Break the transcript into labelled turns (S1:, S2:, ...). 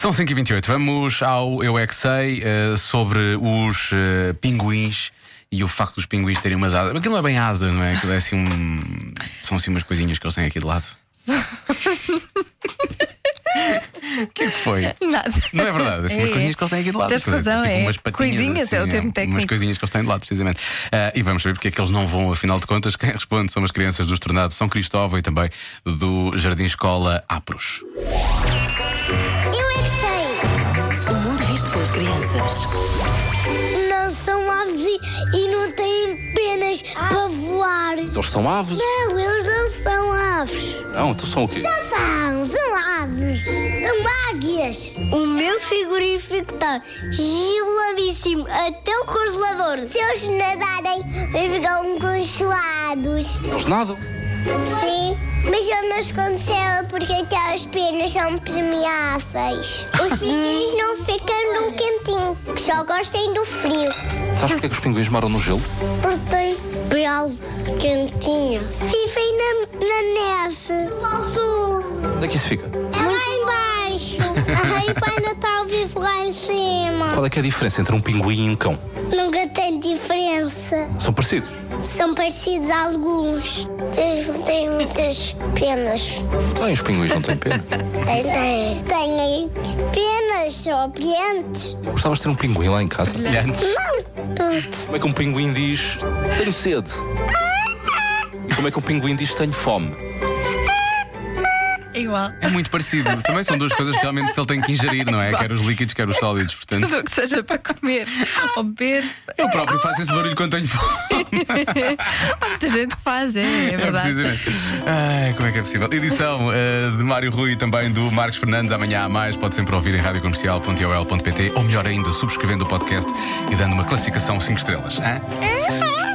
S1: São 5h28. Vamos ao Eu É Que Sei eh, sobre os eh, pinguins e o facto dos pinguins terem umas asas. Aquilo não é bem asas, não é? Aquilo é assim um. São assim umas coisinhas que eles têm aqui de lado. O que é que foi?
S2: Nada.
S1: Não é verdade, assim, umas
S2: É, é.
S1: coisinhas que eles têm aqui de lado.
S2: Tens
S1: Quer dizer,
S2: razão,
S1: tipo
S2: é.
S1: umas patinhas, assim,
S2: Coisinhas é o termo técnico.
S1: Umas coisinhas que eles têm de lado, precisamente. Ah, e vamos saber porque é que eles não vão, afinal de contas, quem responde são as crianças dos Tornados São Cristóvão e também do Jardim Escola Apros.
S3: Eu é que sei.
S4: O mundo visto pelas crianças.
S3: Não são aves e, e não têm penas para voar.
S5: Eles são aves?
S3: Não, eles não são aves.
S5: Não, então são o quê?
S3: Não são, são aves. São águias. O meu frigorífico está geladíssimo até o congelador. Se eles nadarem, um ficam congelados.
S5: Eles nadam?
S3: Sim, mas eu não escondo porque aquelas penas são permeáveis. Os filhos não ficam num cantinho, que só gostem do frio.
S5: Sabes porque é que os pinguins moram no gelo?
S3: Porque tem pele quentinha. Vivem na, na neve. Ao sul.
S5: Onde é que isso fica?
S3: É lá embaixo. Aí o Pai Natal vive lá em cima.
S5: Qual é que é a diferença entre um pinguim e um cão?
S3: Nunca tem diferença.
S5: São parecidos.
S3: São parecidos a alguns. Tem, tem muitas penas.
S5: Bem, os pinguins não têm pena.
S3: Tem, tem. Tem aí penas ou piantes.
S5: Eu gostava de ter um pinguim lá em casa.
S1: Assim,
S3: Não, pronto.
S5: Como é que um pinguim diz tenho sede? E como é que um pinguim diz tenho fome?
S2: É igual.
S1: É muito parecido. Também são duas coisas que realmente ele tem que ingerir, não é? Quer os líquidos, quer os sólidos. Portanto,
S2: Tudo o que seja para comer ou beber.
S1: eu próprio faço esse barulho quando tenho fome.
S2: Há muita gente que faz, é, é
S1: É
S2: verdade.
S1: precisamente. Ai, como é que é possível? Edição eh, de Mário Rui e também do Marcos Fernandes. Amanhã há mais. Pode sempre ouvir em radiocomercial.ol.pt ou melhor ainda, subscrevendo o podcast e dando uma classificação 5 estrelas. hã?